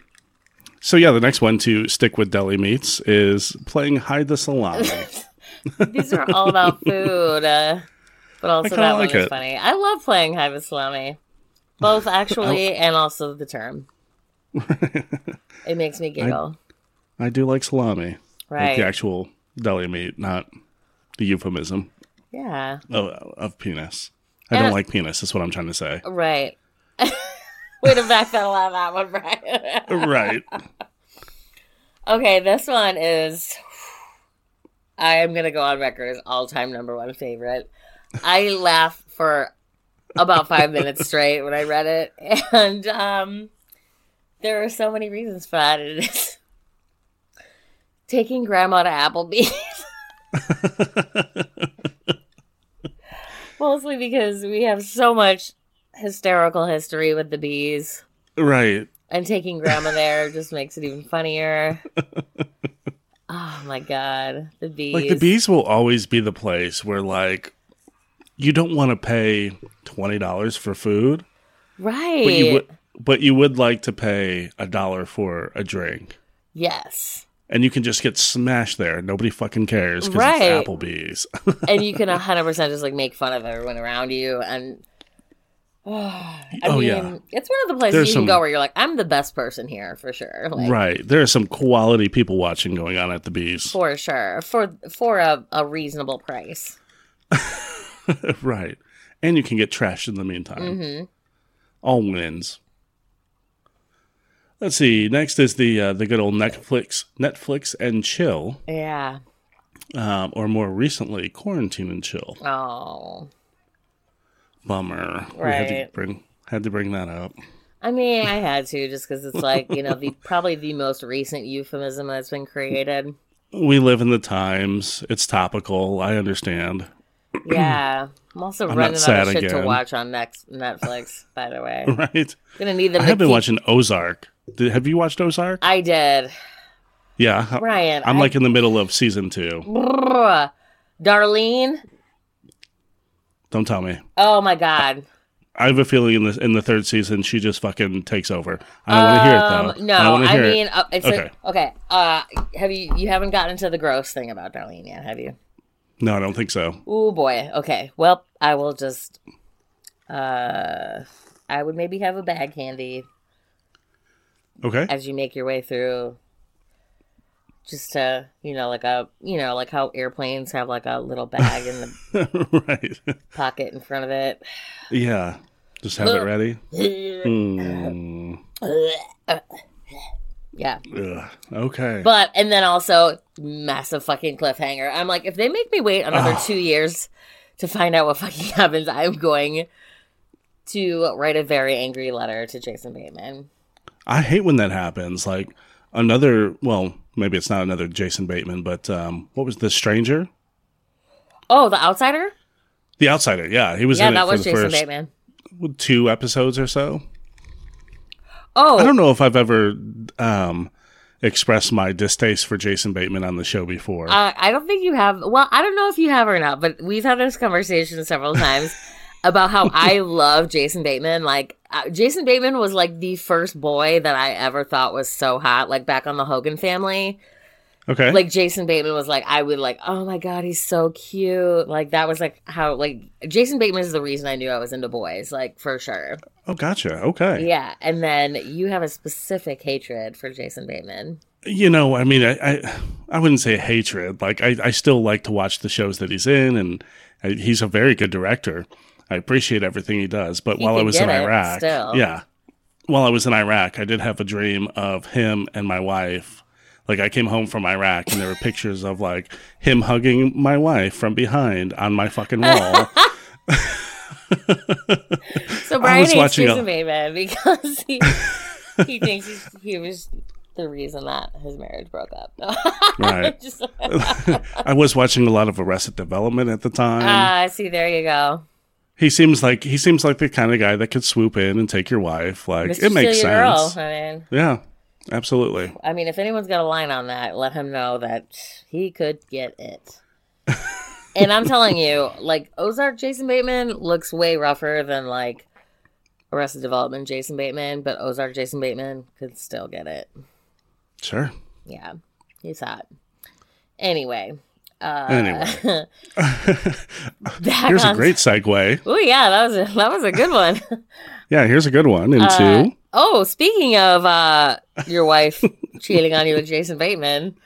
So yeah, the next one to stick with deli meats is playing hide the salami. These are all about food. Uh, but also, kinda that like one is it. funny. I love playing Hive of Salami, both actually and also the term. it makes me giggle. I do like salami, like right. the actual deli meat, not the euphemism yeah. of, of penis. I Uh, don't like penis. That's what I'm trying to say. Right. Way to back that out of that one, Brian. right. okay, this one is I am gonna go on record as all time number one favorite. I laughed for about five minutes straight when I read it. And um there are so many reasons for that. It is taking grandma to Applebee's. Mostly because we have so much hysterical history with the bees. Right. And taking grandma there just makes it even funnier. oh my god. The bees. Like the bees will always be the place where like you don't want to pay twenty dollars for food, Right. but you would but you would like to pay a dollar for a drink. yes. And you can just get smashed there. Nobody fucking cares because Right. it's Applebee's. And you can 100% just like make fun of everyone around you and I Oh, mean, yeah. it's one of the places There's you some- can go where you're like, I'm the best person here for sure. Like, right. There are some quality people watching going on at the bees. For sure. For for a, a reasonable price. right. And you can get trashed in the meantime. Mm-hmm. All wins. Let's see. Next is the uh, the good old Netflix, Netflix and chill, Yeah. um, or more recently, quarantine and chill. Oh. Bummer. We had to Right. bring had to bring that up. I mean, I had to just because it's like you know the probably the most recent euphemism that's been created. We live in the times. It's topical. I understand. Yeah, I'm also not running out sad of shit to again. watch on next Netflix. By the way, Right. gonna need them. I to have been keep- watching Ozark. Did, have you watched Ozark? I did, yeah. Ryan. I'm I- like in the middle of season two. Brrr. Darlene. Don't tell me. Oh my god. I have a feeling in the in the third season she just fucking takes over. I don't want to hear it though. Um, No, I, I, wanna hear it. mean, uh, it's okay. Okay. okay. Uh, have you you haven't gotten to the gross thing about Darlene yet, have you? no, I don't think so. Oh boy. Okay. Well, I will just. Uh, I would maybe have a bag handy Okay, as you make your way through just to you know like a you know like how airplanes have like a little bag in the right? pocket in front of it Yeah, just have it ready. Mm, yeah ugh. Okay, but and then also massive fucking cliffhanger i'm like if they make me wait another two years to find out what fucking happens i'm going to write a very angry letter to jason bateman I hate when that happens. Like another, well, maybe it's not another Jason Bateman, but um, what was the Stranger, oh the outsider The Outsider? Yeah, he was yeah in it that for was the jason first bateman two episodes or so. oh I don't know if I've ever um, expressed my distaste for Jason Bateman on the show before. Uh, I don't think you have. Well, I don't know if you have or not, but we've had this conversation several times about how I love Jason Bateman. Like, uh, Jason Bateman was like the first boy that I ever thought was so hot. Like, back on the Hogan family, okay, like, Jason Bateman was like, I would like, oh my God, he's so cute. Like, that was like how, like, Jason Bateman is the reason I knew I was into boys, like, for sure. oh, gotcha. Okay, Yeah. And then you have a specific hatred for Jason Bateman. you know, I mean, I, I, I wouldn't say hatred. Like, I, I still like to watch the shows that he's in, and I, he's a very good director. I appreciate everything he does. But He while I can was get in it Iraq, still. yeah, while I was in Iraq, I did have a dream of him and my wife. Like, I came home from Iraq, and there were pictures of like him hugging my wife from behind on my fucking wall. So Brian was hates watching a- Jason Bateman because he he thinks he's, he was the reason that his marriage broke up. right. Just, I was watching a lot of Arrested Development at the time. ah, see, there you go. he seems like he seems like the kind of guy that could swoop in and take your wife. Like, Mr. it makes Steal sense. Your Girl. I mean, Yeah, absolutely. I mean, if anyone's got a line on that, let him know that he could get it. and I'm telling you, like Ozark Jason Bateman looks way rougher than like Arrested Development Jason Bateman, but Ozark Jason Bateman could still get it. Sure. Yeah, he's hot. Anyway, uh, Anyway. back Here's a on- great segue. Oh yeah, that was a, that was a good one. Yeah, here's a good one. Into Uh, oh, speaking of uh, your wife cheating on you with Jason Bateman,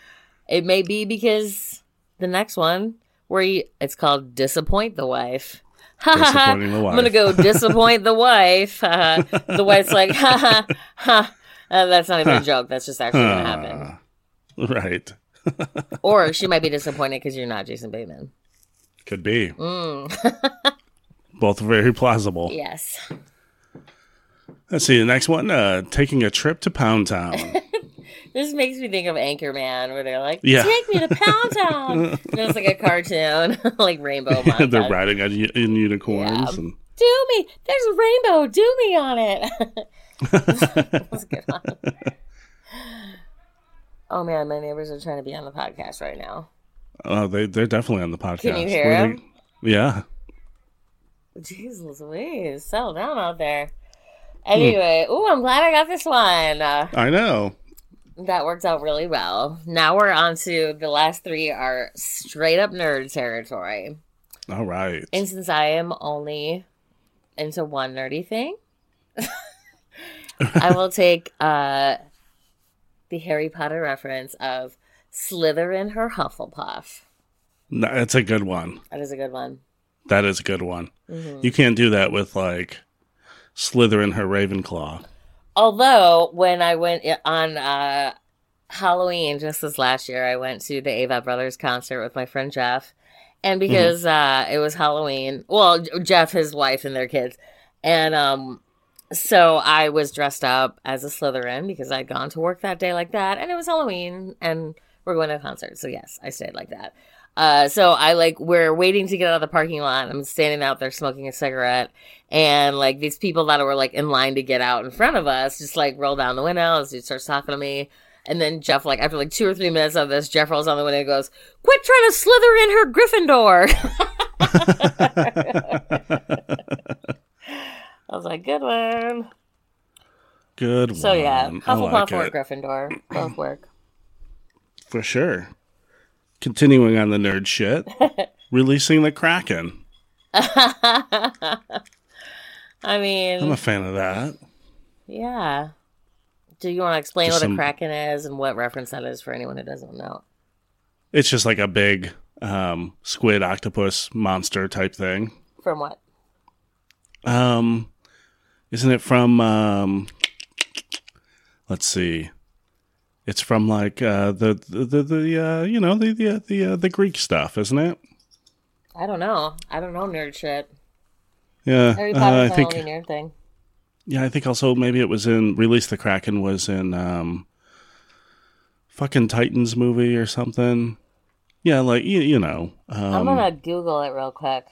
it may be because the next one where you, it's called disappoint the wife. Ha, ha, ha. Disappointing the I'm gonna wife. go disappoint the wife. Ha, ha. the wife's like, ha ha ha. Uh, that's not even a joke. That's just actually gonna happen. uh, right. Or she might be disappointed because you're not Jason Bateman. Mm. Could be. Both very plausible. Yes. Let's see the next one. Uh, taking a trip to Pound Town. This makes me think of Anchorman, where they're like, Yeah. "Take me to Pound Town." and it's like a cartoon, like rainbow. They're montage. riding on, u- in unicorns and Do me. There's a rainbow. Do me on it. That's a good one. Oh man, my neighbors are trying to be on the podcast right now. oh, they they're definitely on the podcast. Can you hear Where they- them? yeah. Jesus, Louise, settle down out there. Hmm. Anyway, ooh, I'm glad I got this one. Uh, I know. That worked out really well. Now we're on to the last three are straight up nerd territory. All right. And since I am only into one nerdy thing, I will take uh, the Harry Potter reference of Slytherin her Hufflepuff. No, That's a good one. That is a good one. That is a good one. Mhm. You can't do that with like Slytherin her Ravenclaw. Although when I went i- on uh, Halloween just this last year, I went to the Ava Brothers concert with my friend Jeff, and because uh, it was Halloween, well, J- Jeff, his wife, and their kids, and um, so I was dressed up as a Slytherin because I'd gone to work that day like that, and it was Halloween, and we're going to a concert, so yes, I stayed like that. Uh, so I like we're waiting to get out of the parking lot. I'm standing out there smoking a cigarette, and like these people that were like in line to get out in front of us just like roll down the window. This dude starts talking to me. And then Jeff, like after like two or three minutes of this, Jeff rolls on the window and goes, Quit trying to slither in her Gryffindor. I was like, Good one. Good So one. yeah, I Hufflepuff like or it. Gryffindor. Both work. For sure. Continuing on the nerd shit, releasing the Kraken. I I'm mean, a fan of that. yeah. Do you want to explain Just what a some- Kraken is and what reference that is for anyone who doesn't know? It's just like a big um, squid octopus monster type thing. From what? Um, isn't it from? Um, let's see. It's from like uh, the the the, the uh, you know the the the uh, the Greek stuff, isn't it? I don't know. I don't know nerd shit. Yeah, Harry uh, Potter's I not think. only nerd thing. Yeah, I think also maybe it was in Release the Kraken was in um, fucking Titans movie or something. Yeah, like you, you know, I'm um, gonna Google it real quick.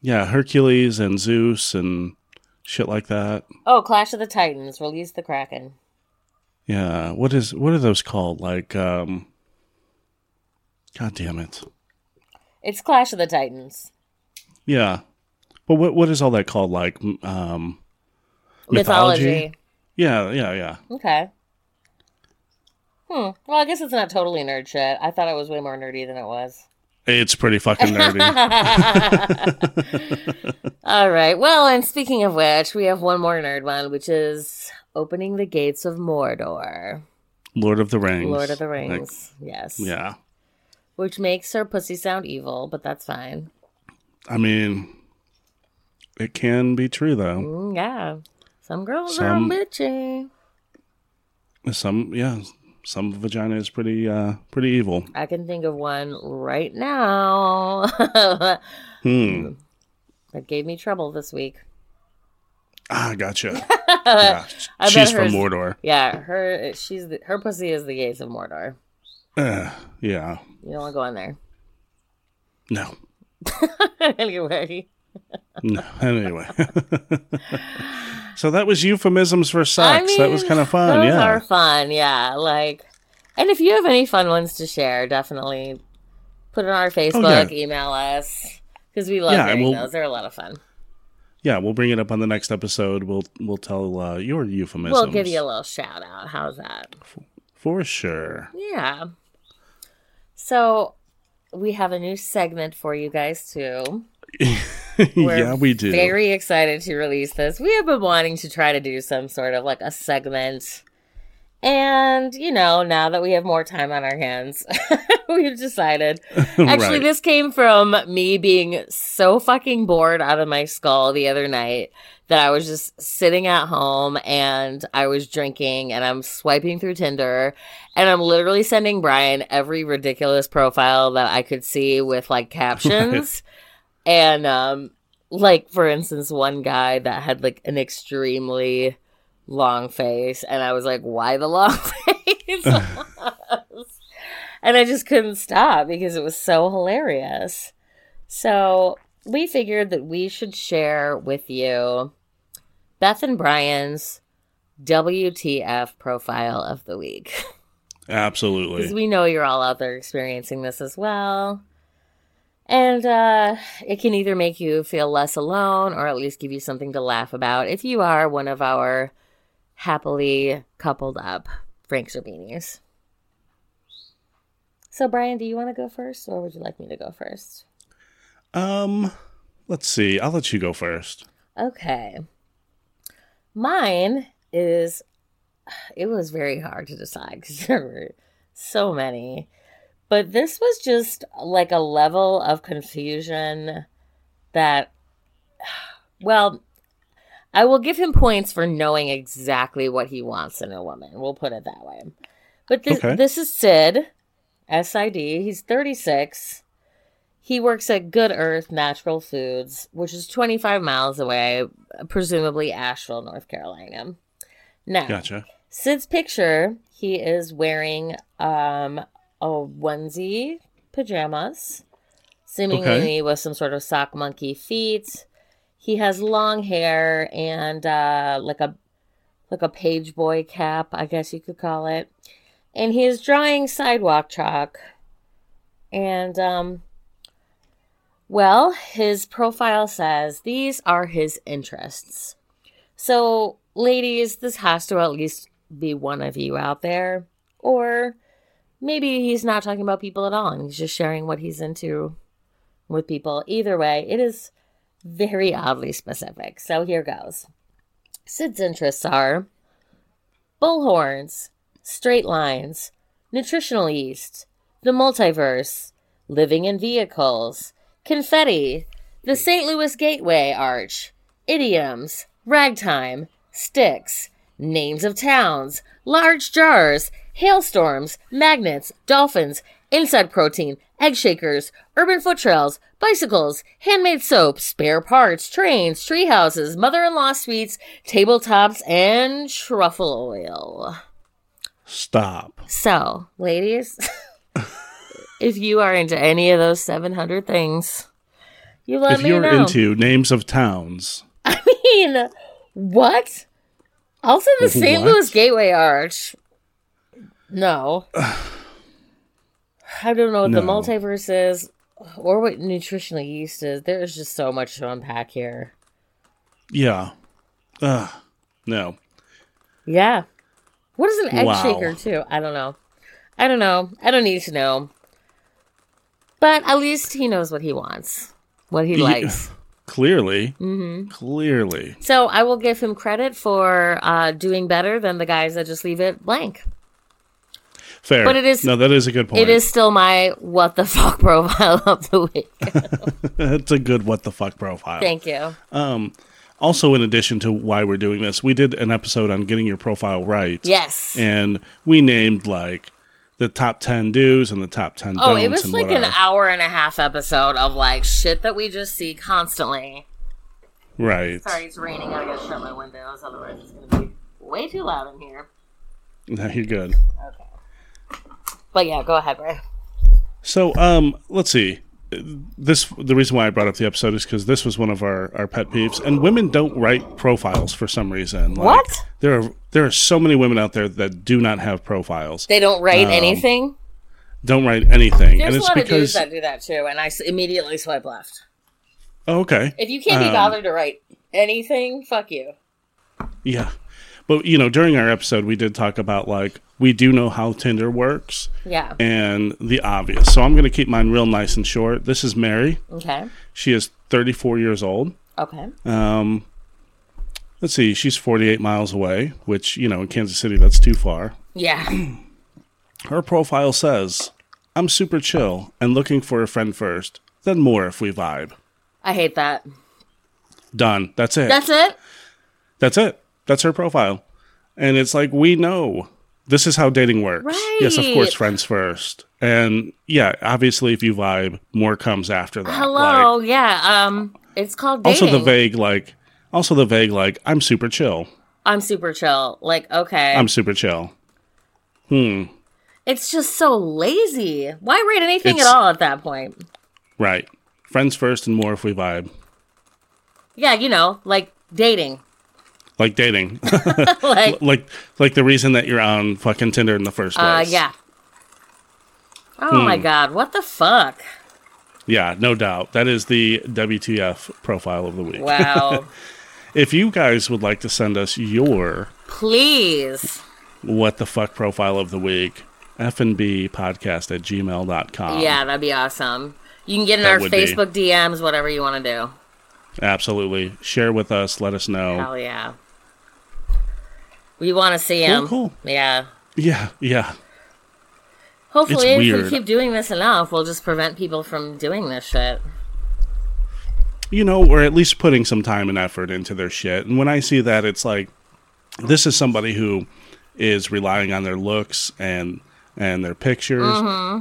yeah, Hercules and Zeus and shit like that. Oh, Clash of the Titans, release the Kraken. Yeah, what is what are those called? Like, um, God damn it. It's Clash of the Titans. Yeah. But what what is all that called? Like m- um Mythology. Yeah, yeah, yeah. Okay. Hmm. Well, I guess it's not totally nerd shit. I thought it was way more nerdy than it was. It's pretty fucking nerdy. All right. Well, and speaking of which, we have one more nerd one, which is opening the gates of Mordor, Lord of the Rings. Lord of the Like, Rings. yes. yeah. Which makes her pussy sound evil, but that's fine. I mean it can be true though. Mm, yeah. Some girls Some- are bitchy. Some yeah, some vagina is pretty uh pretty evil. I can think of one right now that Hmm. gave me trouble this week. Ah, gotcha. yeah. I bet She's from hers- Mordor. Yeah, her she's the, her pussy is the gates of Mordor. Ugh, Uh, yeah. You don't want to go in there No. anyway. No. Anyway. so that was euphemisms for sex. that was mean, kind of fun, Those yeah. are fun. Yeah, like, and if you have any fun ones to share, definitely put it on our Facebook, email us because we love Oh, Yeah, and hearing we'll- those. They're a lot of fun. Yeah, we'll bring it up on the next episode. We'll we'll tell uh, your euphemisms. We'll give you a little shout out. How's that? for sure. Yeah. So we have a new segment for you guys too. We're yeah, we do. Very excited to release this. We have been wanting to try to do some sort of like a segment. And, you know, now that we have more time on our hands, we've decided. Actually, Right. this came from me being so fucking bored out of my skull the other night that I was just sitting at home and I was drinking and I'm swiping through Tinder and I'm literally sending Brian every ridiculous profile that I could see with like captions. And um like for instance one guy that had like an extremely long face and I was like why the long face? It was. and I just couldn't stop because it was so hilarious. So we figured that we should share with you Beth and Brian's WTF profile of the week. Because Absolutely. we know you're all out there experiencing this as well. And uh, it can either make you feel less alone or at least give you something to laugh about if you are one of our happily coupled up Franks or Beanies. So, Brian, do you want to go first or would you like me to go first? Um, let's see. I'll let you go first. Okay. Mine is, it was very hard to decide because there were so many. But this was just like a level of confusion that, well, I will give him points for knowing exactly what he wants in a woman. We'll put it that way. But this, Okay. this is Sid, S I D. He's 36. He works at Good Earth Natural Foods, which is 25 miles away, presumably Asheville, North Carolina. Now, Gotcha. Sid's picture, he is wearing um, a onesie, pajamas, seemingly Okay. with some sort of sock monkey feet. He has long hair and uh, like a like a page boy cap, I guess you could call it. And he is drawing sidewalk chalk. And um, well, his profile says these are his interests. So, ladies, this has to at least be one of you out there. Or maybe he's not talking about people at all and he's just sharing what he's into with people. Either way, it is very oddly specific. So, here goes Sid's interests are bullhorns, straight lines, nutritional yeast, the multiverse, living in vehicles, confetti, the St. Louis Gateway Arch, idioms, ragtime, sticks, names of towns, large jars, hailstorms, magnets, dolphins, insect protein, egg shakers, urban foot trails, bicycles, handmade soap, spare parts, trains, tree houses, mother-in-law suites, tabletops, and truffle oil. Stop. So, ladies, if you are into any of those 700 things, you let if me you're know. into names of towns, I mean, what? Also, the St. What? Louis Gateway Arch. No. I don't know what the No. multiverse is or what nutritional yeast is. There is just so much to unpack here. yeah. Ugh. No. Yeah. What is an egg Wow. shaker too? I don't know. I don't know. I don't need to know. But at least he knows what he wants, what he Ye- likes. Clearly. Mm-hmm. Clearly. So I will give him credit for uh, doing better than the guys that just leave it blank. Fair. But it is- No, that is a good point. It is still my what the fuck profile of the week. That's a good what the fuck profile. Um, Thank you. also, in addition to why we're doing this, we did an episode on getting your profile right. Yes. And we named like the top 10 do's and the top 10 Oh, don'ts. it was and like an whatever. hour and a half episode of like shit that we just see constantly. Right. Sorry, it's raining. I gotta shut my windows, otherwise it's gonna be way too loud in here. No, you're good. But yeah, go ahead, Brian. So, um, let's see. This the reason why I brought up the episode is because this was one of our, our pet peeves, and women don't write profiles for some reason. Like, What? There are there are so many women out there that do not have profiles. They don't write anything. don't write anything, There's and a it's lot of dudes because that do that too, and I s- immediately swipe left. oh, okay, If you can't be Um, bothered to write anything, fuck you. yeah. But you know, during our episode, we did talk about like we do know how Tinder works Yeah. and the obvious. So I'm going to keep mine real nice and short. This is Mary. Okay. She is 34 years old. Okay. Um, let's see, she's 48 miles away, which, you know, in Kansas City, that's too far. Yeah. Her profile says, I'm super chill and looking for a friend first, then more if we vibe. I hate that. Done. That's it. That's it. That's it. That's her profile. And it's like, we know this is how dating works. Yes, of course, Right. friends first. And yeah, obviously, if you vibe, more comes after that. Like, Hello. yeah. Um. It's called dating. also, the vague, like, also the vague, like, I'm super chill. I'm super chill. Like, okay. I'm super chill. Hmm. It's just so lazy. Why rate anything It's- at all at that point? Right. Friends first and more if we vibe. Yeah, you know, like dating. Like dating. like, like like the reason that you're on fucking Tinder in the first place. uh, yeah. Oh my Hmm. god, what the fuck? Yeah, no doubt. That is the WTF profile of the week. Wow. If you guys would like to send us your Please. what the fuck profile of the week, fnb podcast at gmail.com. yeah, that'd be awesome. You can get in Um, That our would be. Facebook DMs, whatever you want to do. Absolutely. Share with us. Let us know. Hell yeah. We want to see Cool, him. cool. Yeah. Yeah, yeah. Hopefully, It's if we weird. keep doing this enough, we'll just prevent people from doing this shit. You know, or at least putting some time and effort into their shit. And when I see that, it's like this is somebody who is relying on their looks and and their pictures. Mm-hmm.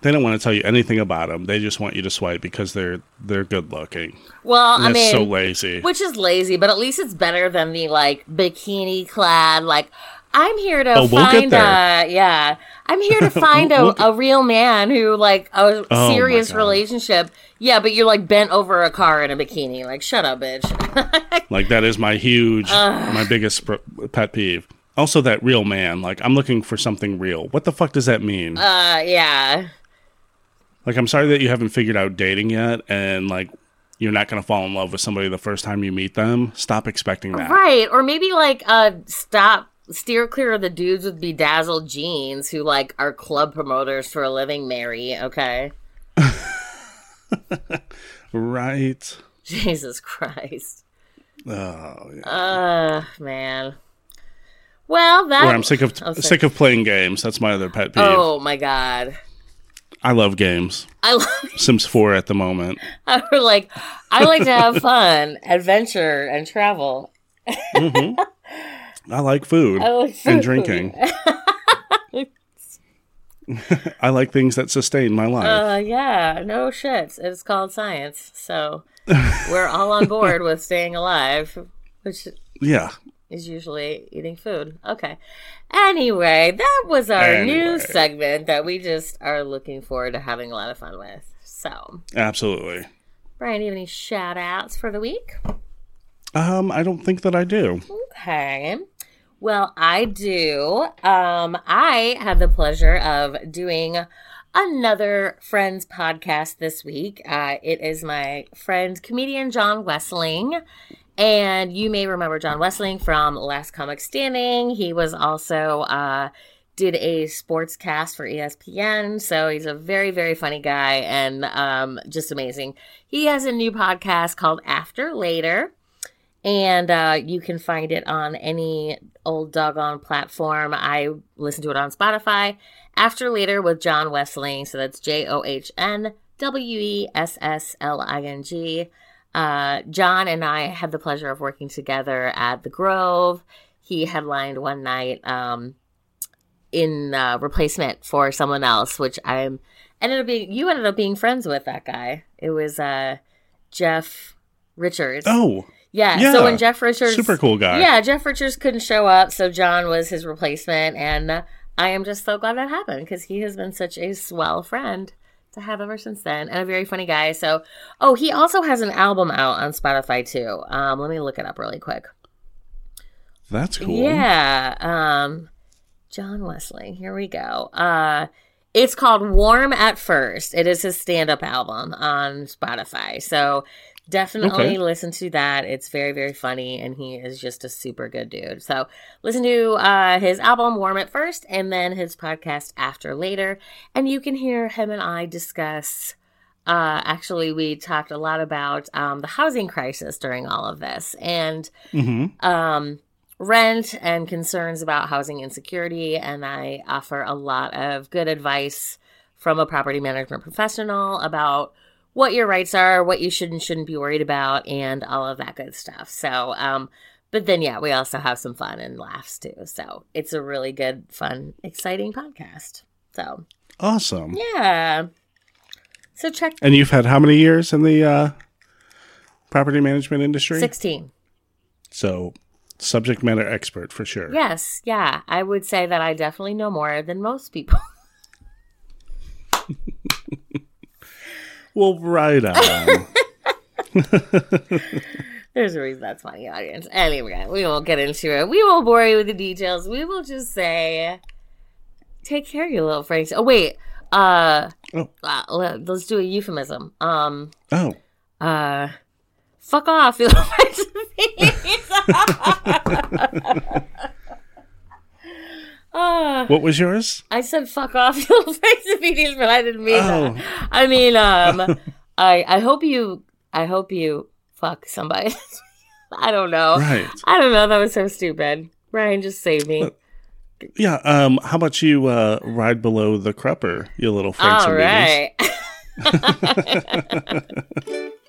They don't want to tell you anything about them. They just want you to swipe because they're they're good looking. Well, And I that's mean, so lazy. which is lazy, but at least it's better than the like bikini clad like I'm here to Oh, we'll get find there. a yeah. I'm here to find We'll get- a, a real man who like a Oh, my serious God. relationship. Yeah, but you're like bent over a car in a bikini. Like shut up, bitch. Like that is my huge, my biggest pr- pet peeve. Also, that real man. Like I'm looking for something real. What the fuck does that mean? uh yeah. like I'm sorry that you haven't figured out dating yet, and like you're not gonna fall in love with somebody the first time you meet them. Stop expecting that. Right. Or maybe like uh stop steer clear of the dudes with bedazzled jeans who like are club promoters for a living, Mary, okay? Right. Jesus Christ. Oh, yeah. Uh man. Well, that. Or I'm sick of Oh, sorry. sick of playing games. That's my other pet peeve. Oh my god. I love games. I love. Sims 4 at the moment. I were like, I like to have fun, adventure, and travel. Oh, I like food I like food. and drinking. I like things that sustain my life. Uh, yeah, no shit. It's called science, so we're all on board with staying alive, which yeah. is usually eating food. Okay. Anyway, that was our new Anyway. segment that we just are looking forward to having a lot of fun with. So, Absolutely. Brian, do you have any shout outs for the week? Um, I don't think that I do. Okay. Well, I do. Um, I had the pleasure of doing another Friends podcast this week. Uh, it is my friend, comedian John Wessling. And you may remember John Wessling from Last Comic Standing. He was also uh, did a sports cast for E ESPN. So he's a very, very funny guy and um, just amazing. He has a new podcast called After Later and uh, you can find it on any old doggone platform. I listen to it on Spotify. After Later with John Wessling, so that's J O H N W E S S L I N G. Uh, John and I had the pleasure of working together at the Grove. He headlined one night um, in uh, replacement for someone else, which I'm ended up being. You ended up being friends with that guy. It was uh, Jeff Richards. Oh, Yeah, Yeah. So when Jeff Richards, super cool guy. Yeah, Jeff Richards couldn't show up, so John was his replacement, and uh, I am just so glad that happened because he has been such a swell friend to have ever since then, and a very funny guy. So, oh, he also has an album out on Spotify too. Um, let me look it up really quick. That's cool. Yeah. Um John Wesley. Here we go. Uh it's called Warm at First. It is his stand-up album on Spotify. So definitely Okay. listen to that. It's very very funny and he is just a super good dude. So listen to uh his album Warm at First and then his podcast After Later and you can hear him and I discuss uh, actually, we talked a lot about um, the housing crisis during all of this, and hmm um, rent and concerns about housing insecurity, and I offer a lot of good advice from a property management professional about what your rights are, what you should and shouldn't be worried about, and all of that good stuff. So, um, but then, yeah, we also have some fun and laughs too. So it's a really good, fun, exciting podcast. So, Awesome. yeah. So check And you've had how many years in the uh, property management industry? 16. So subject matter expert for sure. Yes, yeah. I would say that I definitely know more than most people. Well, right on. There's a reason that's funny, audience. Anyway, we won't get into it. We won't bore you with the details. We will just say, take care, you little Franks. Oh wait, uh, Oh. uh, let- let's do a euphemism. Um, oh, uh, fuck off, you little Franks. Uh, what was yours? I said fuck off, you little Franks, but I didn't mean Oh. that. I mean, um, I I hope you I hope you fuck somebody. I don't know. Right. I don't know. That was so stupid. Ryan just saved me. Yeah. Um. How about you uh, ride below the crupper, you little Franks All and Beatties? right.